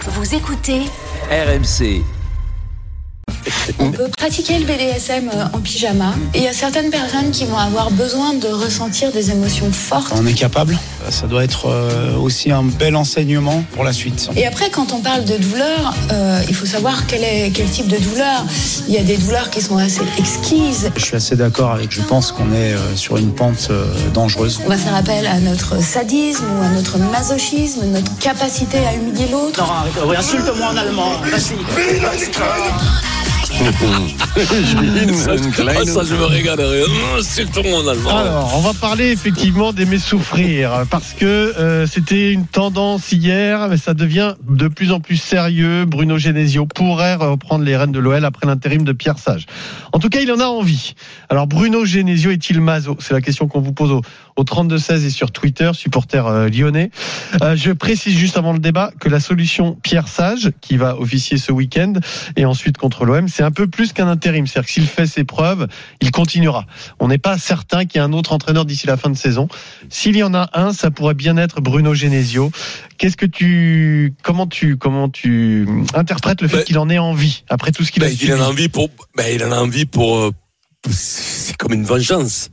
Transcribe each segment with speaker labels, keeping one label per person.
Speaker 1: Vous écoutez
Speaker 2: RMC.
Speaker 3: On peut Euh, pratiquer le BDSM euh, en pyjama. Et il y a certaines personnes qui vont avoir besoin de ressentir des émotions fortes.
Speaker 4: On est capable. Ça doit être euh, aussi un bel enseignement pour la suite.
Speaker 3: Et après, quand on parle de douleur, euh, il faut savoir quel, est, quel type de douleur. Il y a des douleurs qui sont assez exquises.
Speaker 4: Je suis assez d'accord avec, je pense qu'on est euh, sur une pente euh, dangereuse.
Speaker 3: On va faire appel à notre sadisme ou à notre masochisme, notre capacité à humilier l'autre.
Speaker 5: Oui, insulte-moi en allemand. Vas-y.
Speaker 2: Ah, ça, je me régalerai. Mmh, C'est tout mon allemand.
Speaker 6: Alors, on va parler effectivement d'aimer souffrir parce que euh, c'était une tendance hier, mais ça devient de plus en plus sérieux. Bruno Genesio pourrait reprendre les rênes de l'OL après l'intérim de Pierre Sage. En tout cas, il en a envie. Alors, Bruno Genesio est-il maso C'est la question qu'on vous pose au, au 32-16 et sur Twitter, supporter euh, lyonnais. Euh, je précise juste avant le débat que la solution Pierre Sage, qui va officier ce week-end et ensuite contre l'OM, c'est un peu plus qu'un intérim. C'est-à-dire que s'il fait ses preuves, il continuera. On n'est pas certain qu'il y ait un autre entraîneur d'ici la fin de saison. S'il y en a un, ça pourrait bien être Bruno Genesio. Qu'est-ce que tu, comment tu, comment tu interprètes le fait
Speaker 2: Ben-
Speaker 6: qu'il en ait envie après tout ce qu'il a
Speaker 2: Ben, il
Speaker 6: subi
Speaker 2: en a envie pour. Ben, il en a envie pour. euh, C'est comme une vengeance.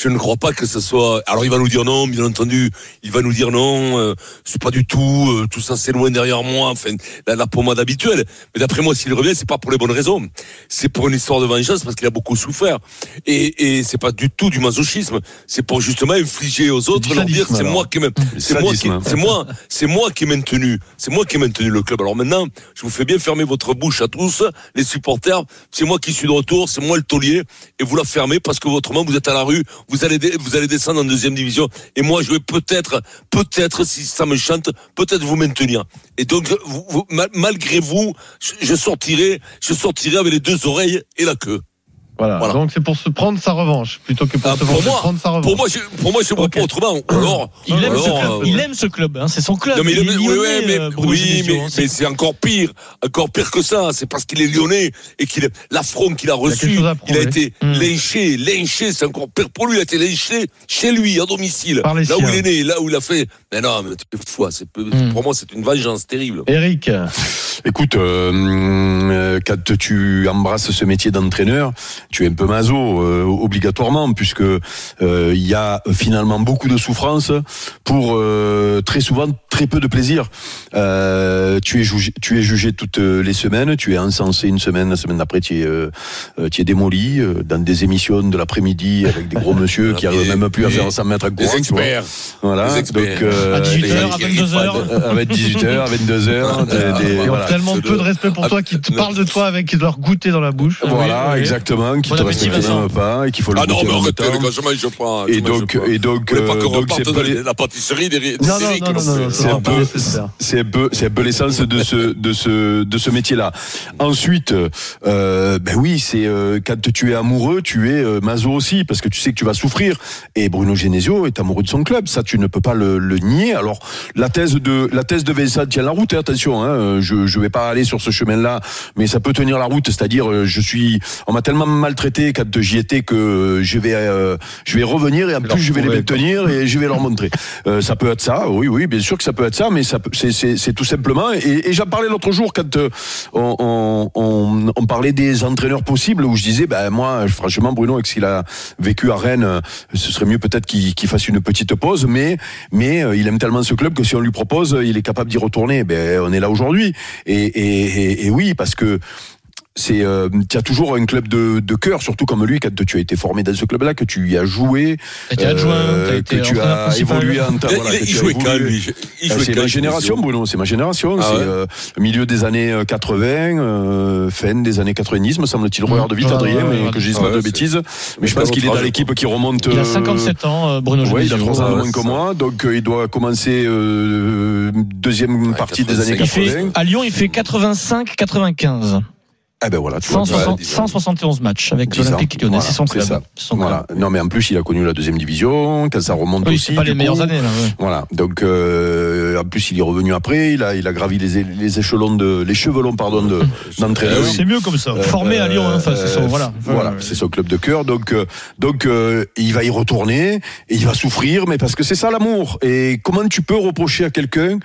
Speaker 2: Je ne crois pas que ce soit. Alors il va nous dire non, bien entendu. Il va nous dire non. euh, c'est pas du tout. euh, tout ça, c'est loin derrière moi. Enfin, la, la pommade habituelle. Mais d'après moi, s'il revient, c'est pas pour les bonnes raisons. C'est pour une histoire de vengeance parce qu'il a beaucoup souffert. Et, et c'est pas du tout du masochisme. C'est pour justement infliger aux autres, leur dire
Speaker 6: sadisme,
Speaker 2: c'est
Speaker 6: alors.
Speaker 2: moi qui m'aime. C'est moi, qui,
Speaker 7: sadisme, hein.
Speaker 2: c'est moi, c'est moi qui ai maintenu, c'est moi qui ai maintenu le club. Alors maintenant, je vous fais bien fermer votre bouche à tous, les supporters. C'est moi qui suis de retour, c'est moi le taulier, et vous la fermez parce que autrement vous êtes à la rue, vous allez, dé- vous allez descendre en deuxième division, et moi je vais peut-être, peut-être si ça me chante, peut-être vous maintenir. Et donc vous- vous- mal- malgré vous, je, je sortirai, je sortirai avec les deux oreilles et la queue.
Speaker 6: Voilà.
Speaker 2: Voilà.
Speaker 6: Donc c'est pour se prendre sa revanche plutôt que pour
Speaker 2: Ah,
Speaker 6: se
Speaker 2: pour
Speaker 6: venger,
Speaker 2: moi,
Speaker 6: prendre sa revanche.
Speaker 2: Pour moi, je, pour moi je ne vois
Speaker 6: Ok.
Speaker 2: pas autrement. Ou Alors,
Speaker 8: Il aime, ce
Speaker 2: alors,
Speaker 8: club.
Speaker 2: euh,
Speaker 8: Il aime ce club, hein, c'est son club.
Speaker 2: Non mais,
Speaker 8: Il
Speaker 2: le-
Speaker 8: est
Speaker 2: oui,
Speaker 8: lyonnais,
Speaker 2: ouais, mais-
Speaker 8: euh, Bruno
Speaker 2: oui,
Speaker 8: Genesio,
Speaker 2: mais,
Speaker 8: hein,
Speaker 2: mais c'est encore pire, encore pire que ça. C'est parce qu'il est lyonnais et qu'il l'affront qu'il a
Speaker 6: quelque
Speaker 2: reçu,
Speaker 6: chose à
Speaker 2: il a
Speaker 6: prouver.
Speaker 2: été
Speaker 8: Mm.
Speaker 2: lynché, lynché. C'est encore pire pour lui. Il a été lynché chez lui, à domicile,
Speaker 6: Par les
Speaker 2: là où
Speaker 6: siens.
Speaker 2: il est né, là où il a fait. Mais non, mais t'es fou. hein, c'est peu-
Speaker 8: Mm.
Speaker 2: Pour moi, c'est une vengeance terrible.
Speaker 6: Eric,
Speaker 7: Écoute, euh, euh, quand tu embrasses ce métier d'entraîneur, tu es un peu maso euh, obligatoirement, puisque euh, il y a finalement beaucoup de souffrance pour euh, très souvent très peu de plaisir. Euh, tu es jugé, tu es jugé toutes les semaines, tu es encensé une semaine, la semaine d'après tu es, euh, euh, tu es démoli euh, dans des émissions de l'après-midi avec des gros monsieur qui
Speaker 2: Ah,
Speaker 7: arrivent
Speaker 2: mais-
Speaker 7: même plus à
Speaker 2: mais-
Speaker 7: faire 100 mètres à
Speaker 2: Les
Speaker 7: courant, tu vois.
Speaker 2: experts,
Speaker 7: Voilà.
Speaker 2: les experts.
Speaker 7: Donc, euh,
Speaker 8: À 18
Speaker 7: les-
Speaker 8: heures, à
Speaker 2: les- les-
Speaker 8: 22 heures.
Speaker 7: euh, avec 18h, 22h, des, des-
Speaker 2: Ah,
Speaker 6: ils ont
Speaker 7: voilà.
Speaker 6: tellement
Speaker 2: c'est
Speaker 6: peu de
Speaker 2: le-
Speaker 6: respect pour
Speaker 2: Ah,
Speaker 6: toi qu'ils te
Speaker 2: non.
Speaker 6: parlent de toi avec leur goûter dans la bouche.
Speaker 7: Voilà,
Speaker 8: Oui, oui.
Speaker 7: exactement, qui
Speaker 8: Bon
Speaker 7: te
Speaker 8: appétit,
Speaker 7: respecte
Speaker 8: Vincent.
Speaker 7: pas et qu'il faut le
Speaker 2: Ah non,
Speaker 7: goûter
Speaker 2: mais
Speaker 7: en même
Speaker 2: arrêtez,
Speaker 7: temps.
Speaker 2: les gars, je mange pas. je
Speaker 7: Et
Speaker 2: mange
Speaker 7: donc,
Speaker 2: pas.
Speaker 7: et donc,
Speaker 2: Vous voulez pas
Speaker 7: euh,
Speaker 2: qu'on
Speaker 7: donc
Speaker 2: reparte
Speaker 7: c'est
Speaker 2: dans
Speaker 7: pas-
Speaker 2: les- la pâtisserie des, des
Speaker 6: Non, non,
Speaker 2: séries
Speaker 6: non, non,
Speaker 2: que
Speaker 6: non,
Speaker 2: l'on
Speaker 6: non,
Speaker 2: fait.
Speaker 6: c'est
Speaker 7: C'est un
Speaker 6: vraiment pas
Speaker 7: peu-
Speaker 6: nécessaire.
Speaker 7: c'est un peu, c'est un peu l'essence de ce, de ce, de ce métier-là. Ensuite, euh, ben oui, c'est euh, quand tu es amoureux, tu es euh, maso aussi parce que tu sais que tu vas souffrir. Et Bruno Genesio est amoureux de son club, ça tu ne peux pas le, le nier. Alors la thèse de la thèse de Vincent tient la route. hein, attention, hein, euh, je je vais pas aller sur ce chemin-là, mais ça peut tenir la route. C'est-à-dire, euh, je suis, on m'a tellement maltraité quand j'y étais que euh, je vais, euh, je vais revenir et en plus je vais les maintenir et je vais leur montrer. Euh, ça peut être ça, oui, oui, bien sûr que ça peut être ça, mais ça peut- c'est- c'est c'est tout simplement. Et, et j'en parlais l'autre jour quand euh, on, on, on- on parlait des entraîneurs possibles, où je disais, ben moi, franchement, Bruno, avec ce qu'il a vécu à Rennes, euh, ce serait mieux peut-être qu'il qu'il fasse une petite pause, mais, mais euh, il aime tellement ce club que si on lui propose, euh, il est capable d'y retourner. Ben, on est là aujourd'hui. Et, et, et- et oui, parce que c'est euh, tu as toujours un club de, de cœur surtout comme lui quand tu as été formé dans ce club là que tu y as joué
Speaker 8: T'as été adjoint, hein, t'as
Speaker 7: euh,
Speaker 8: été
Speaker 7: que tu
Speaker 8: entraîneur
Speaker 7: as
Speaker 8: principal.
Speaker 7: évolué en
Speaker 2: Il-
Speaker 7: voilà,
Speaker 2: il-
Speaker 7: que
Speaker 2: Il
Speaker 7: tu as
Speaker 2: jouait
Speaker 7: évolué.
Speaker 2: calme. il- il
Speaker 7: Ah,
Speaker 2: jouait
Speaker 7: c'est ma
Speaker 2: calme,
Speaker 7: génération, Bruno, c'est ma génération.
Speaker 2: Ah
Speaker 7: c'est
Speaker 2: ouais.
Speaker 7: euh, milieu des années euh, 80, euh, fin des années 90, me semble-t-il. Regarde vite,
Speaker 8: Ah
Speaker 7: Adrien,
Speaker 8: ouais,
Speaker 7: mais
Speaker 8: ouais,
Speaker 7: que je dise
Speaker 2: ouais,
Speaker 7: pas de
Speaker 2: c'est-
Speaker 7: bêtises. Mais je
Speaker 2: pas
Speaker 7: pense
Speaker 2: votre
Speaker 7: qu'il est
Speaker 2: âge,
Speaker 7: dans
Speaker 2: quoi.
Speaker 7: l'équipe qui remonte.
Speaker 8: Il
Speaker 7: euh,
Speaker 8: a 57 ans, euh, Bruno
Speaker 7: Ouais, il a
Speaker 8: Genesio.
Speaker 7: 3 ans de moins que
Speaker 2: c'est
Speaker 7: moi, donc euh, il doit commencer euh, deuxième
Speaker 2: Ouais,
Speaker 7: partie des
Speaker 2: 85.
Speaker 7: années 80.
Speaker 8: Il fait, à Lyon, il fait 85-95.
Speaker 7: Eh ben voilà, tu vois,
Speaker 8: 160
Speaker 7: tu vois,
Speaker 8: 171 matchs avec
Speaker 7: Dix ans.
Speaker 8: l'Olympique lyonnais,
Speaker 7: Voilà,
Speaker 8: c'est son
Speaker 7: c'est
Speaker 8: club.
Speaker 7: ça.
Speaker 8: Son club.
Speaker 7: Voilà. Non, mais en plus, il a connu la deuxième division, quand ça remonte
Speaker 8: Oui,
Speaker 7: aussi.
Speaker 8: c'est pas
Speaker 7: du
Speaker 8: les
Speaker 7: coup.
Speaker 8: meilleures années. Là, ouais.
Speaker 7: Voilà. Donc, euh, en plus, il est revenu après. Il a, il a gravi les, é- les échelons de, les chevelons, pardon, de- d'entraîneur.
Speaker 8: C'est mieux comme ça.
Speaker 7: Euh,
Speaker 8: Formé à Lyon, hein, enfin, c'est son,
Speaker 7: euh,
Speaker 8: voilà.
Speaker 7: Voilà, c'est son club de cœur. Donc, euh, donc euh, il va y retourner et il va souffrir, mais parce que c'est ça l'amour. Et comment tu peux reprocher à quelqu'un,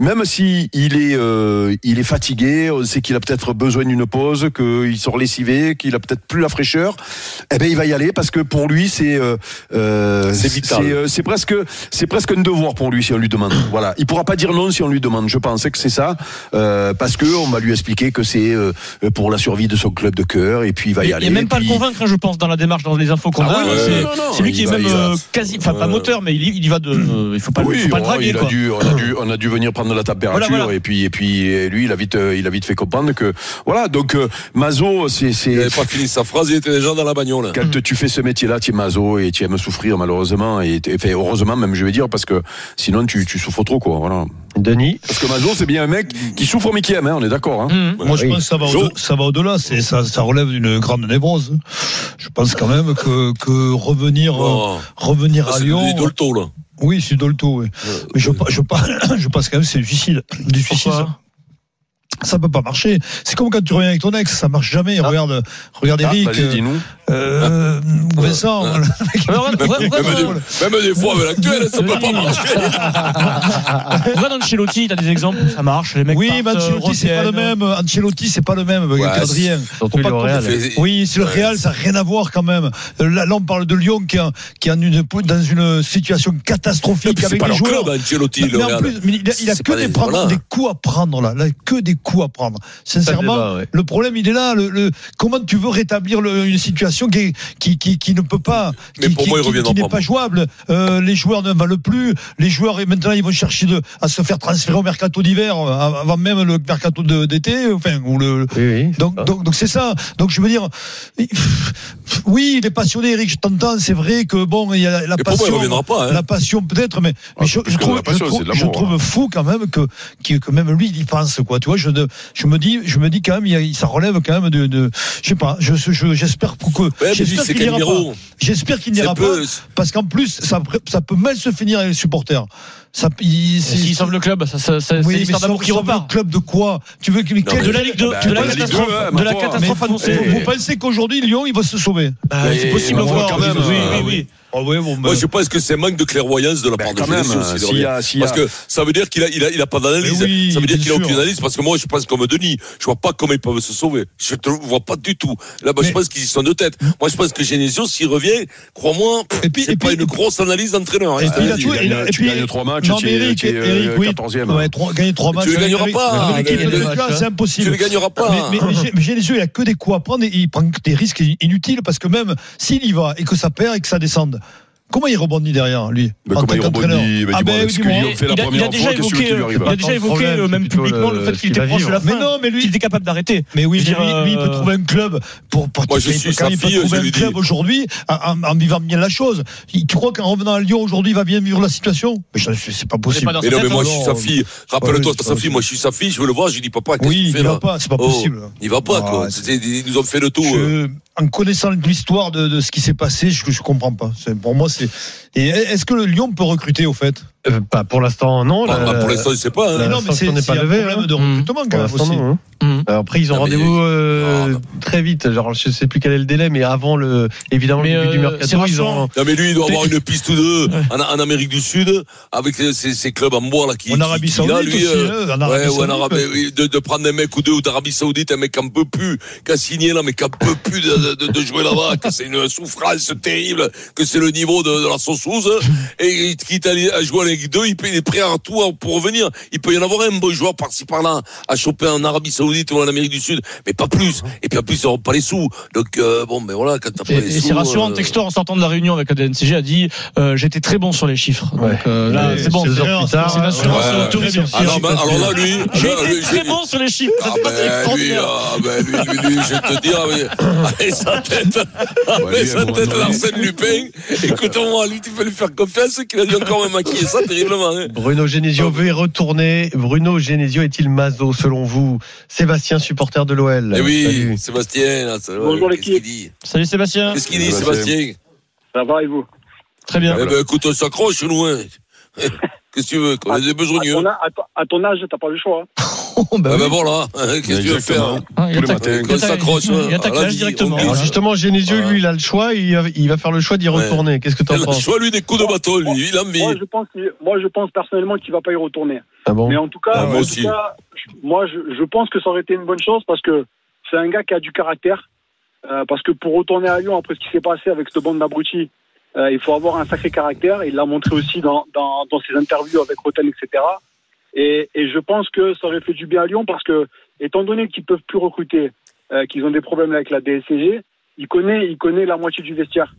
Speaker 7: même si il est, euh, il est fatigué, on sait qu'il a peut-être besoin d'une pause, qu'il sort lessivé, qu'il a peut-être plus la fraîcheur, eh ben il va y aller parce que pour lui c'est, euh, euh,
Speaker 2: C'est vital.
Speaker 7: euh, c'est presque, c'est presque un devoir pour lui si on lui demande. Voilà, il pourra pas dire non si on lui demande. Je pensais que c'est ça, euh, parce que on va lui expliquer que c'est euh, pour la survie de son club de cœur et puis il va y
Speaker 8: Il
Speaker 7: aller.
Speaker 8: n'y a même pas à
Speaker 7: puis-
Speaker 8: le convaincre, hein, je pense, dans la démarche, dans les infos qu'on
Speaker 7: Ah
Speaker 8: a.
Speaker 7: ouais,
Speaker 8: c'est-
Speaker 7: non, non,
Speaker 8: c'est lui
Speaker 7: il
Speaker 8: qui est
Speaker 7: va-
Speaker 8: même
Speaker 7: il va-
Speaker 8: euh, quasi, enfin pas
Speaker 2: Ouais.
Speaker 8: moteur, mais il, y- il y va de. euh, il faut pas, le-
Speaker 7: Oui,
Speaker 8: faut pas le
Speaker 7: on-
Speaker 8: draguer.
Speaker 7: il a
Speaker 8: quoi.
Speaker 7: dû, on a dû, on a dû venir prendre la température
Speaker 8: Voilà, voilà.
Speaker 7: et puis, et puis, euh, lui, il a vite, euh, il a vite fait comprendre que, voilà. Donc, euh, Mazo, c'est,
Speaker 2: Il
Speaker 7: c'est,
Speaker 2: n'avait pas fini sa phrase, il était déjà dans la bagnole.
Speaker 7: quand
Speaker 6: Mm.
Speaker 7: tu fais ce métier-là, tu es Mazo et tu aimes souffrir malheureusement et, t'es- enfin, heureusement même, je vais dire, parce que sinon tu, tu souffres trop, quoi. Voilà.
Speaker 6: Denis Mm.
Speaker 7: Parce que Mazo, c'est bien un mec qui souffre mais qui aime, hein, on est d'accord. Hein.
Speaker 8: Hum.
Speaker 1: Moi, je pense que ça va,
Speaker 2: Jo.
Speaker 1: au ça va au-delà. C'est ça, ça relève d'une grande névrose. Je pense quand même que, que revenir, euh,
Speaker 2: Oh,
Speaker 1: revenir
Speaker 2: ça,
Speaker 1: à
Speaker 2: c'est
Speaker 1: Lyon.
Speaker 2: du Dolto, là.
Speaker 1: Oui, c'est Dolto. Oui. Mais je, pa- je, pa- je pense quand même que c'est difficile. difficile
Speaker 8: Pourquoi
Speaker 1: ça. Ça peut pas marcher. C'est comme quand tu reviens avec ton ex, ça marche jamais.
Speaker 2: Ah.
Speaker 1: Regarde, regarde
Speaker 7: Ah,
Speaker 1: Eric,
Speaker 2: bah,
Speaker 7: vas-y, dis-nous.
Speaker 1: euh, ou Vincent.
Speaker 2: Ah.
Speaker 1: voilà.
Speaker 8: Mais on va- on va- on va-
Speaker 2: Même
Speaker 8: on va-
Speaker 2: des, même des fois, avec l'actuel, ça peut pas marcher.
Speaker 8: On va dans Ancelotti, t'as des exemples Ça marche, les mecs.
Speaker 1: Oui, mais
Speaker 6: euh,
Speaker 8: partent,
Speaker 1: Ancelotti, c'est pas le
Speaker 8: reviennent.
Speaker 1: même. Ancelotti, c'est pas le même
Speaker 2: euh, Ouais,
Speaker 1: qu'Adrien.
Speaker 6: surtout
Speaker 1: Faut pas
Speaker 6: le
Speaker 1: qu'on-
Speaker 6: Real.
Speaker 1: Oui, c'est le Real, ça n'a rien à voir quand même. Euh, Là, là, on parle de Lyon qui est en- qui est en une- dans une situation
Speaker 2: Et
Speaker 1: catastrophique
Speaker 2: puis, C'est
Speaker 1: avec
Speaker 2: pas
Speaker 1: les
Speaker 2: leur
Speaker 1: joueurs.
Speaker 2: club, hein, Ancelotti,
Speaker 1: Mais
Speaker 2: le
Speaker 1: en plus,
Speaker 2: Real.
Speaker 1: mais il a, il a
Speaker 2: C'est
Speaker 1: que
Speaker 2: pas
Speaker 1: des,
Speaker 2: des-
Speaker 1: prendre-
Speaker 2: voilà.
Speaker 1: des coups à prendre là, là, que des coups à prendre. Sincèrement,
Speaker 6: débat, ouais.
Speaker 1: le problème il est là. Le, le- comment tu veux rétablir le- une situation qui, est- qui, qui, qui ne peut pas,
Speaker 2: Mais
Speaker 1: qui,
Speaker 2: pour
Speaker 1: qui-
Speaker 2: moi, ils
Speaker 1: qui-
Speaker 2: reviendront
Speaker 1: qui n'est
Speaker 2: pas.
Speaker 1: pas jouable. Euh, les joueurs ne valent plus. Les joueurs et maintenant ils vont chercher de, à se faire transférer au mercato d'hiver euh, avant même le mercato de- d'été, enfin ou le,
Speaker 6: Oui, Ah. oui.
Speaker 2: Ah.
Speaker 1: donc, donc, donc c'est ça. Donc, je veux dire, oui, il est passionné, Eric, je t'entends, c'est vrai que bon, il y a la
Speaker 2: Et pour moi, il
Speaker 1: passion.
Speaker 2: reviendra pas, hein.
Speaker 1: La passion, peut-être, mais, mais je,
Speaker 7: plus
Speaker 1: je
Speaker 7: Ah, que
Speaker 1: trouve,
Speaker 7: la passion,
Speaker 1: je trouve-
Speaker 7: c'est de l'amour, hein.
Speaker 1: je trouve fou quand même que, que, que même lui, il y pense, quoi. Tu vois, je, ne- je me dis, je me dis quand même, il y a- ça relève quand même de, de je sais pas, je, je- j'espère pour que,
Speaker 2: mais lui,
Speaker 1: j'espère
Speaker 2: c'est
Speaker 1: qu'il n'ira
Speaker 2: Calimero.
Speaker 1: pas. J'espère qu'il
Speaker 2: C'est
Speaker 1: n'ira pas.
Speaker 2: peu-
Speaker 1: Parce qu'en plus, ça, ça peut mal se finir avec les supporters. Ça, il,
Speaker 8: Et S'ils sauvent le club, ça, ça, ça- c'est
Speaker 1: oui, mais
Speaker 8: l'histoire d'amour
Speaker 1: sauf-
Speaker 8: qui
Speaker 1: sauf le
Speaker 8: repart.
Speaker 1: club de quoi Tu veux que mais
Speaker 2: Non,
Speaker 1: quel-
Speaker 2: mais-
Speaker 8: De la Ligue
Speaker 7: Bah,
Speaker 8: 2, de la
Speaker 7: de la Ligue
Speaker 8: catastrophe,
Speaker 7: deux, ouais,
Speaker 8: de la
Speaker 7: maintenant. hein.
Speaker 8: catastrophe
Speaker 1: Mais-
Speaker 8: annoncée.
Speaker 1: Vous- Vous pensez qu'aujourd'hui Lyon il va se sauver Ah
Speaker 8: Bah,
Speaker 7: Mais-
Speaker 8: c'est possible
Speaker 7: mais bon,
Speaker 8: encore.
Speaker 7: quand même,
Speaker 8: oui,
Speaker 7: euh,
Speaker 8: oui, oui.
Speaker 1: euh, bah.
Speaker 2: Moi, je pense que c'est un manque de clairvoyance de la
Speaker 7: Ben,
Speaker 2: part de
Speaker 7: quand même,
Speaker 2: Génération, aussi, de
Speaker 7: s'il
Speaker 2: Roger.
Speaker 7: y a- s'il y a-
Speaker 2: Parce que ça veut dire qu'il a, il a, il a pas d'analyse.
Speaker 1: Mais oui,
Speaker 2: ça veut dire
Speaker 1: bien
Speaker 2: qu'il a
Speaker 1: sûr.
Speaker 2: aucune analyse. Parce que moi, je pense comme Denis. Je vois pas comment ils peuvent se sauver. Je te vois pas du tout. Là-bas, je
Speaker 1: Mais- Mm.
Speaker 2: pense qu'ils y sont de tête. Moi, je pense que Genesio, s'il revient, crois-moi, pff,
Speaker 1: Et puis-
Speaker 2: c'est
Speaker 1: et
Speaker 2: pas
Speaker 1: puis-
Speaker 2: une grosse analyse d'entraîneur. hein,
Speaker 1: Et
Speaker 2: je te
Speaker 1: puis, il
Speaker 2: le
Speaker 1: a
Speaker 2: dis.
Speaker 1: tout-
Speaker 7: gagnes-
Speaker 1: il a- et
Speaker 7: tu
Speaker 1: puis-
Speaker 7: gagnes trois matchs,
Speaker 1: non,
Speaker 7: tu
Speaker 1: mais
Speaker 7: es-
Speaker 1: Eric,
Speaker 7: tu es, euh,
Speaker 1: Eric, oui.
Speaker 7: 14e.
Speaker 1: Ouais, trois- gagner trois matchs.
Speaker 2: les
Speaker 1: avec-
Speaker 2: gagneras
Speaker 1: avec-
Speaker 2: pas,
Speaker 1: avec l'équipe
Speaker 2: les-
Speaker 1: de
Speaker 2: les-
Speaker 1: Ligue 1,
Speaker 7: hein.
Speaker 1: c'est impossible.
Speaker 2: tu les gagneras pas.
Speaker 1: Mais, mais, mais j'ai- mais j'ai les yeux, il a que des coups à prendre et il prend que des risques inutiles parce que même s'il y va et que ça perd et que ça descende, comment il rebondit derrière lui
Speaker 7: Mais
Speaker 1: en
Speaker 7: comment
Speaker 1: tant
Speaker 7: il rebondit
Speaker 1: qu'entraîneur
Speaker 7: Ben,
Speaker 1: Ah
Speaker 7: dis-moi,
Speaker 1: ben,
Speaker 7: parce que
Speaker 1: dis-moi.
Speaker 7: Lyon- fait la
Speaker 8: il a, il a
Speaker 7: première
Speaker 8: déjà
Speaker 7: fois, qu'est-ce que tu
Speaker 8: évoqué,
Speaker 7: lui
Speaker 8: euh,
Speaker 7: arrives
Speaker 8: il a déjà
Speaker 6: Pas de
Speaker 8: évoqué,
Speaker 6: problème,
Speaker 8: euh, même
Speaker 6: c'est plutôt
Speaker 8: publiquement,
Speaker 6: le-
Speaker 8: le fait
Speaker 6: ce
Speaker 8: qu'il
Speaker 6: qu'il
Speaker 8: était
Speaker 6: va
Speaker 8: proche de la
Speaker 6: vivre.
Speaker 8: fin.
Speaker 1: hein. Mais non, mais lui-
Speaker 8: Qu'il était capable d'arrêter.
Speaker 1: Mais oui,
Speaker 8: Je veux
Speaker 1: mais
Speaker 8: dire,
Speaker 1: lui, lui, il peut
Speaker 8: euh,
Speaker 1: trouver un club pour, pour
Speaker 2: Moi, je
Speaker 1: il peut-
Speaker 2: suis
Speaker 1: quand
Speaker 2: sa
Speaker 1: il peut
Speaker 2: fille,
Speaker 1: trouver
Speaker 2: je lui
Speaker 1: un
Speaker 2: dis.
Speaker 1: club aujourd'hui en, en- en vivant bien la chose. Il- Tu crois qu'en revenant à Lyon aujourd'hui, il va bien vivre la situation Mais ça, c'est c'est pas possible.
Speaker 8: pas dans
Speaker 2: Mais non, mais moi, je
Speaker 1: non,
Speaker 2: suis sa fille. Rappelle-toi,
Speaker 1: oui,
Speaker 2: t'as sa
Speaker 1: oui.
Speaker 2: fille. Moi, je suis sa fille. Je veux le voir. Je lui dis, papa, qu'est-ce que
Speaker 1: Oui,
Speaker 2: tu fais
Speaker 1: il va
Speaker 2: là?
Speaker 1: pas, c'est pas
Speaker 2: Oh,
Speaker 1: possible.
Speaker 2: Il va pas,
Speaker 1: Ah,
Speaker 2: quoi.
Speaker 1: ouais.
Speaker 2: C'était- Ils nous ont fait le tout.
Speaker 1: Je-
Speaker 2: euh.
Speaker 1: en connaissant l'histoire de, de ce qui s'est passé, je, je comprends pas. C'est- Pour moi, c'est. Et est-ce que le Lyon peut recruter au fait
Speaker 6: Euh, pas pour l'instant, non.
Speaker 2: Bah,
Speaker 6: là,
Speaker 2: bah, Pour l'instant, je sais pas. hein.
Speaker 6: la-
Speaker 1: Mais Euh, Non, mais
Speaker 6: sanction
Speaker 1: c'est
Speaker 6: n'est
Speaker 1: c'est
Speaker 6: pas
Speaker 1: un
Speaker 6: levée,
Speaker 1: problème
Speaker 6: hein.
Speaker 1: de recrutement
Speaker 6: Pour
Speaker 1: quand même
Speaker 6: l'instant,
Speaker 1: aussi.
Speaker 6: non, hein.
Speaker 8: Hum.
Speaker 6: Alors, Après, ils ont
Speaker 2: Non, Ah, mais- Ah, bah.
Speaker 6: rendez-vous euh,
Speaker 2: Non, non.
Speaker 6: très vite. Genre, je sais plus quel est le délai, mais avant le, évidemment,
Speaker 8: Mais,
Speaker 6: le début du
Speaker 8: euh, c'est
Speaker 6: mercato, ils ont.
Speaker 2: Non mais lui il doit avoir une piste ou deux en, en Amérique du Sud avec les- ces, ces clubs en bois là qui
Speaker 1: En
Speaker 2: qui-
Speaker 1: Arabie
Speaker 2: qui, là,
Speaker 1: Saoudite
Speaker 2: lui,
Speaker 1: aussi.
Speaker 2: euh,
Speaker 1: hein, en
Speaker 2: Ouais,
Speaker 1: Arabie
Speaker 2: ou en
Speaker 1: Saoudite.
Speaker 2: Arabie,
Speaker 8: euh,
Speaker 2: oui, de, de prendre un mec ou deux ou d'Arabie Saoudite, un mec qui en peut plus, qui a signé là, mais qui en peut plus de, de- de jouer là-bas, que c'est une souffrance terrible, que c'est le niveau de, de la sauce et qui est à jouer avec deux, il, peut, il est prêt à tout pour revenir. Il peut y en avoir un bon joueur par-ci par-là, à choper en Arabie Saoudite ou en Amérique du Sud, mais pas plus. Et puis en plus, ils n'auront pas les sous. Donc euh, bon, mais voilà, quand t'as
Speaker 8: Et,
Speaker 2: pas les
Speaker 8: et
Speaker 2: sous.
Speaker 8: c'est rassurant,
Speaker 2: euh,
Speaker 8: Textor, en sortant de la réunion avec la DNCG, a dit euh, J'étais très bon sur les chiffres.
Speaker 6: Ouais.
Speaker 8: Donc euh, là,
Speaker 6: Ouais,
Speaker 8: c'est bon.
Speaker 6: seize
Speaker 8: C'est
Speaker 6: heures plus tard,
Speaker 8: une assurance
Speaker 2: ouais,
Speaker 8: euh,
Speaker 2: ouais.
Speaker 8: tourisme.
Speaker 2: Ah non, ben, alors là, lui,
Speaker 8: J'ai
Speaker 2: alors là,
Speaker 8: été
Speaker 2: lui,
Speaker 8: très
Speaker 2: lui-
Speaker 8: bon sur les chiffres.
Speaker 2: Ah
Speaker 8: Ça fait pas
Speaker 2: ben, lui,
Speaker 8: extraordinaire.
Speaker 2: ah ben, lui, lui, lui, je vais te dire, mais, avec sa tête, avec
Speaker 7: lui, à un
Speaker 2: sa
Speaker 7: moment
Speaker 2: tête
Speaker 7: donné.
Speaker 2: d'Arsène Lupin, écoute-moi, lui, tu qu'il fallait faire confiance, qu'il a dû encore me maquiller ça terriblement. hein.
Speaker 6: Bruno Genesio veut y retourner. Bruno Genesio est-il maso selon vous Sébastien, supporter de l'OL.
Speaker 2: Eh oui,
Speaker 6: Salut.
Speaker 2: Sébastien, là, ça va,
Speaker 9: Bonjour,
Speaker 2: qu'est-ce
Speaker 9: l'équipe.
Speaker 2: qu'il dit
Speaker 8: Salut Sébastien.
Speaker 2: Qu'est-ce qu'il dit,
Speaker 7: Sébastien.
Speaker 2: Sébastien
Speaker 9: Ça va et vous
Speaker 8: Très bien.
Speaker 2: Eh ben, écoute, on s'accroche, nous, hein. Qu'est-ce que tu veux, quoi On est des
Speaker 9: à
Speaker 2: besogneux.
Speaker 9: ton, Ah, a- à ton- à ton âge, t'as pas le choix. hein.
Speaker 2: Ah ben voilà, hein, qu'est-ce que tu veux faire hein
Speaker 8: Hein, il
Speaker 7: Tous les
Speaker 8: attaque-
Speaker 7: matins.
Speaker 8: il attaque-
Speaker 2: On s'accroche, hein,
Speaker 8: Il attaque
Speaker 2: à la
Speaker 8: l'âge
Speaker 2: vie,
Speaker 8: directement.
Speaker 2: on
Speaker 6: Alors
Speaker 2: glisse.
Speaker 6: justement, Genesio,
Speaker 2: Voilà.
Speaker 6: lui, il a le choix. Il va, il va faire le choix d'y
Speaker 2: Ah. Ouais.
Speaker 6: retourner. Qu'est-ce que t'en
Speaker 2: Il a le
Speaker 6: penses
Speaker 2: choix, lui, des coups de bâton, lui, il a envie.
Speaker 9: Moi, je pense, qu'il- moi, je pense personnellement qu'il va pas y retourner.
Speaker 6: Ah bon
Speaker 9: Mais en tout cas,
Speaker 2: Ah, moi
Speaker 9: en tout
Speaker 2: aussi.
Speaker 9: cas, je- moi, je, je pense que ça aurait été une bonne chose parce que c'est un gars qui a du caractère. Euh, parce que pour retourner à Lyon après ce qui s'est passé avec cette bande d'abrutis, euh, il faut avoir un sacré caractère. Il l'a montré aussi dans, dans, dans ses interviews avec Rotten, etc. Et, et je pense que ça aurait fait du bien à Lyon parce que, étant donné qu'ils peuvent plus recruter, euh, qu'ils ont des problèmes avec la DSCG, il connaît, il connaît la moitié du vestiaire.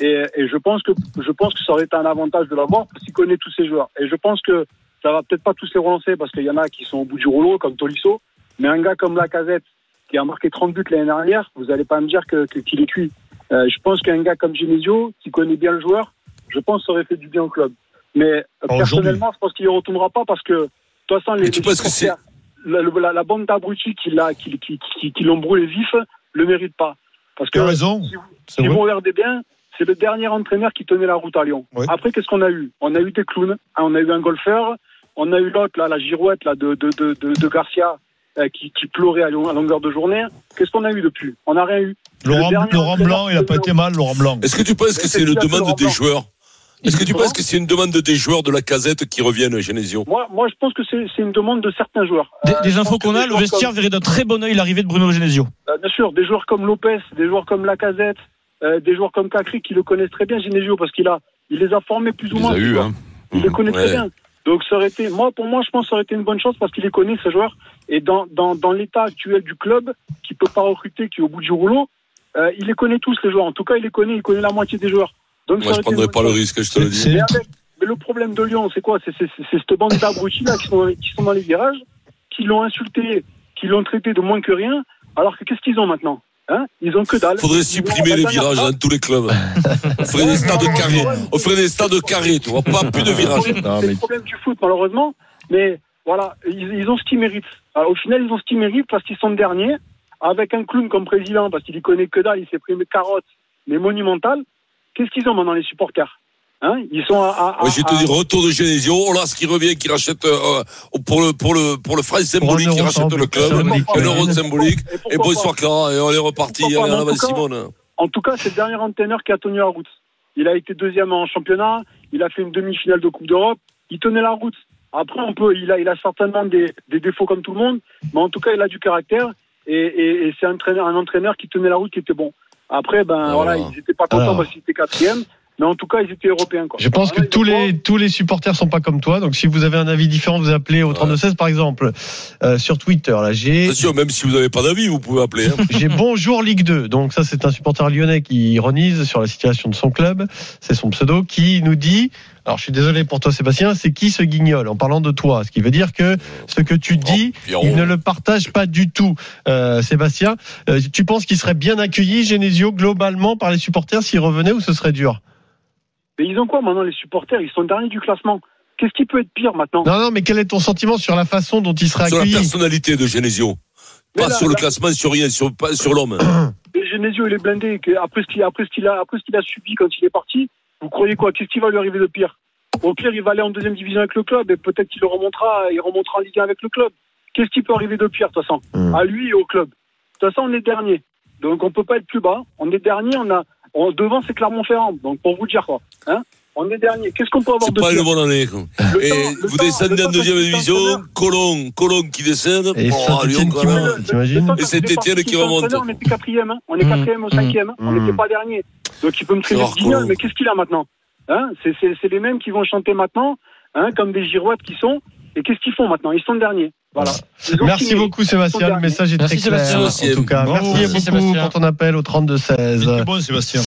Speaker 9: Et, et je pense que je pense que ça aurait été un avantage de l'avoir parce qu'il connaît tous ces joueurs. Et je pense que ça va peut-être pas tous les relancer parce qu'il y en a qui sont au bout du rouleau comme Tolisso, mais un gars comme Lacazette qui a marqué 30 buts l'année dernière, vous allez pas me dire que que- qu'il est cuit. Euh, je pense qu'un gars comme Genesio qui connaît bien le joueur, je pense que ça aurait fait du bien au club. Mais euh,
Speaker 1: aujourd'hui.
Speaker 9: personnellement, je pense qu'il y retournera pas parce que de toute façon, les,
Speaker 2: tu
Speaker 9: les
Speaker 2: penses que c'est-
Speaker 9: supporters, la, la- la bande d'abrutis qui l'a- qui, qui, qui, qui l'ont brûlé vif le mérite pas. Parce que
Speaker 1: T'as raison. C'est
Speaker 9: si
Speaker 1: vrai.
Speaker 9: vous regardez bien, c'est le dernier entraîneur qui tenait la route à Lyon.
Speaker 1: Ouais.
Speaker 9: Après, qu'est-ce qu'on a eu On a eu des clowns, hein, on a eu un golfeur, on a eu l'autre, là, la girouette là, de, de, de, de, de Garcia euh, qui, qui pleurait à, Lyon- à longueur de journée. Qu'est-ce qu'on a eu depuis On n'a rien eu.
Speaker 1: Laurent,
Speaker 9: Le dernier
Speaker 1: Laurent Blanc,
Speaker 9: entraîneur
Speaker 1: il a pas
Speaker 9: de-
Speaker 1: été mal, Laurent Blanc.
Speaker 2: Est-ce que tu penses que
Speaker 9: Mais
Speaker 2: c'est
Speaker 9: c'est
Speaker 2: une
Speaker 9: tout à fait
Speaker 2: demande des
Speaker 9: Laurent.
Speaker 2: joueurs Est-ce que tu
Speaker 9: Comment
Speaker 2: penses que c'est une demande des joueurs de la casette qui reviennent, Genesio
Speaker 9: Moi, moi je pense que c'est c'est une demande de certains joueurs.
Speaker 8: Des,
Speaker 9: Euh,
Speaker 8: des
Speaker 9: je pense
Speaker 8: infos
Speaker 9: que
Speaker 8: qu'on
Speaker 9: des
Speaker 8: a, le
Speaker 9: joueurs
Speaker 8: vestiaire verrait d'un très bon œil l'arrivée de Bruno Genesio.
Speaker 9: Euh, bien sûr, des joueurs comme Lopez, des joueurs comme Lacazette, euh, des joueurs comme Cacri qui le connaissent très bien, Genesio, parce qu'il a, il les a formés plus
Speaker 7: Il
Speaker 9: ou
Speaker 7: les
Speaker 9: moins.
Speaker 7: a
Speaker 9: tu
Speaker 7: eu,
Speaker 9: vois.
Speaker 7: hein.
Speaker 9: Il les connaît
Speaker 2: Mhm. Ouais.
Speaker 9: très bien. Donc ça aurait été, moi pour moi, je pense que ça aurait été une bonne chose parce qu'il les connaît ces joueurs. Et dans dans, dans l'état actuel du club, qui peut pas recruter, qui est au bout du rouleau, euh, il les connaît tous les joueurs. En tout cas, il les connaît, il connaît la moitié des joueurs. Donc ça
Speaker 2: Moi,
Speaker 9: aurait été
Speaker 2: je
Speaker 9: une
Speaker 2: prendrais
Speaker 9: bonne
Speaker 2: pas le
Speaker 9: chose.
Speaker 2: risque, je te le dis.
Speaker 1: C'est-
Speaker 9: Mais, avec- mais le problème de Lyon, c'est quoi C'est c'est- c'est- c'est cette bande d'abrutis là qui sont, dans les, qui sont dans les virages, qui l'ont insulté, qui l'ont traité de moins que rien. Alors que qu'est-ce qu'ils ont maintenant hein Ils ont que dalle.
Speaker 2: Faudrait
Speaker 9: Ils ont-
Speaker 2: supprimer les
Speaker 9: la dernière
Speaker 2: virages
Speaker 9: fois-
Speaker 2: dans tous les clubs. On ferait des stades carrés. On ferait des stades carrés, tu vois. Pas plus de virages.
Speaker 7: Non,
Speaker 9: C'est
Speaker 7: mais-
Speaker 9: le problème du foot, malheureusement. Mais voilà, ils, ils ont ce qu'ils méritent. Alors, au final, ils ont ce qu'ils méritent parce qu'ils sont derniers, avec un clown comme président, parce qu'il y connaît que dalle, il s'est pris une carotte, mais monumentale. Qu'est-ce qu'ils ont maintenant, les supporters hein Ils sont à. à- à-
Speaker 2: Ouais, je vais te
Speaker 9: à-
Speaker 2: dire, retour de Genesio, on l'a ce qui revient, qui rachète euh, pour le pour le pour le franc symbolique,
Speaker 6: un
Speaker 2: qui
Speaker 6: euro
Speaker 2: rachète le
Speaker 6: symbolique.
Speaker 2: club,
Speaker 6: Symbolique,
Speaker 2: un
Speaker 6: ouais.
Speaker 2: euro symbolique,
Speaker 9: pourquoi
Speaker 2: et
Speaker 9: pas
Speaker 2: bonsoir Clara, et on est reparti,
Speaker 9: Pourquoi pas,
Speaker 2: allez,
Speaker 9: mais
Speaker 2: à
Speaker 9: en
Speaker 2: la
Speaker 9: tout cas-
Speaker 2: Simone.
Speaker 9: En tout cas, c'est le dernier entraîneur qui a tenu la route. Il a été deuxième en championnat, il a fait une demi-finale de Coupe d'Europe, il tenait la route. Après, on peut, il a, il a certainement des, des défauts comme tout le monde, mais en tout cas, il a du caractère et, et- et c'est un entraîneur, un entraîneur qui tenait la route, qui était bon. Après,
Speaker 6: Ah.
Speaker 9: ben voilà,
Speaker 2: Voilà.
Speaker 9: ils n'étaient pas contents
Speaker 6: Alors.
Speaker 9: parce qu'ils étaient quatrième, mais en tout cas, ils étaient européens. Quoi.
Speaker 6: Ah. Je pense que
Speaker 9: Voilà, ils
Speaker 6: tous
Speaker 9: ont
Speaker 6: les tous les supporters sont pas comme toi. Donc si vous avez un avis différent, vous appelez au 32 16 par exemple Euh, sur Twitter. Là, j'ai
Speaker 2: Attention, même si vous n'avez pas d'avis, vous pouvez appeler. hein.
Speaker 6: j'ai bonjour Ligue 2. Donc ça c'est un supporter lyonnais qui ironise sur la situation de son club. C'est son pseudo qui nous dit. Alors je suis désolé pour toi Sébastien. C'est qui ce guignol en parlant de toi Ce qui veut dire que ce que
Speaker 2: Oh,
Speaker 6: tu dis,
Speaker 2: Pierrot.
Speaker 6: il ne le partage pas du tout. Euh, Sébastien, euh, tu penses qu'il serait bien accueilli Genesio globalement par les supporters s'il revenait ou ce serait dur
Speaker 9: Mais ils ont quoi maintenant, les supporters Ils sont derniers du classement. Qu'est-ce qui peut être pire maintenant
Speaker 6: Non non. Mais quel est ton sentiment sur la façon dont il serait
Speaker 2: Sur la
Speaker 6: accueilli
Speaker 2: personnalité de Genesio.
Speaker 9: Mais
Speaker 2: Pas
Speaker 9: là,
Speaker 2: sur le
Speaker 9: là-
Speaker 2: classement, sur rien, sur, pas sur l'homme.
Speaker 9: Et Genesio, il est blindé. que- Après ce qu'il après ce qu'il a, après ce qu'il a subi quand il est parti, vous croyez quoi Qu'est-ce qui va lui arriver de pire Au pire, il va aller en deuxième division avec le club et peut-être qu'il le remontera, il remontera en Ligue 1 avec le club. Qu'est-ce qui peut arriver de pire, de toute façon
Speaker 6: Hmm.
Speaker 9: À lui et au club. De toute façon, on est dernier. Donc, on peut pas être plus bas. On est dernier, on a. on- devant, c'est Clermont-Ferrand. Donc, pour vous dire quoi. Hein on est dernier. Qu'est-ce qu'on peut avoir
Speaker 2: C'est
Speaker 9: de
Speaker 2: pas
Speaker 9: pire
Speaker 2: une bonne année. quoi.
Speaker 9: Le
Speaker 2: Et
Speaker 9: temps- le
Speaker 2: vous
Speaker 9: temps-
Speaker 2: descendez
Speaker 9: le
Speaker 2: en
Speaker 9: temps
Speaker 2: deuxième
Speaker 9: que tu
Speaker 2: division,
Speaker 9: t'entraîneurs-
Speaker 2: Colombe, Colombe qui descend.
Speaker 6: Et
Speaker 2: Bon,
Speaker 6: Saint-Etienne
Speaker 2: Lyon,
Speaker 6: qui
Speaker 2: quand
Speaker 9: Mais
Speaker 2: même.
Speaker 9: le-
Speaker 6: monte,
Speaker 9: le-
Speaker 6: t'imagines
Speaker 9: le temps
Speaker 2: Et
Speaker 9: que
Speaker 2: c'est
Speaker 9: les
Speaker 2: Tétienne
Speaker 9: parties
Speaker 2: qui
Speaker 9: sont
Speaker 2: remonte.
Speaker 9: entraîneurs, On était quatrième, hein. on est quatrième au cinquième, on
Speaker 6: Mmh.
Speaker 9: n'était pas dernier. Donc il peut me traiter
Speaker 2: C'est
Speaker 9: de guignol,
Speaker 2: hardcore.
Speaker 9: mais qu'est-ce qu'il a maintenant hein C'est- C'est c'est les mêmes qui vont chanter maintenant, hein, comme des girouettes qui sont. Et qu'est-ce qu'ils font maintenant Ils sont derniers. Voilà. Ils ont
Speaker 6: Merci
Speaker 9: signé.
Speaker 6: beaucoup Sébastien, le
Speaker 9: derniers.
Speaker 6: message est
Speaker 8: Merci
Speaker 6: très clair
Speaker 8: Sébastien.
Speaker 6: Euh, en tout cas.
Speaker 8: Bravo.
Speaker 6: Merci
Speaker 8: Merci
Speaker 6: beaucoup
Speaker 8: Sébastien.
Speaker 6: pour ton appel au 32 16.
Speaker 1: C'était bon, Sébastien.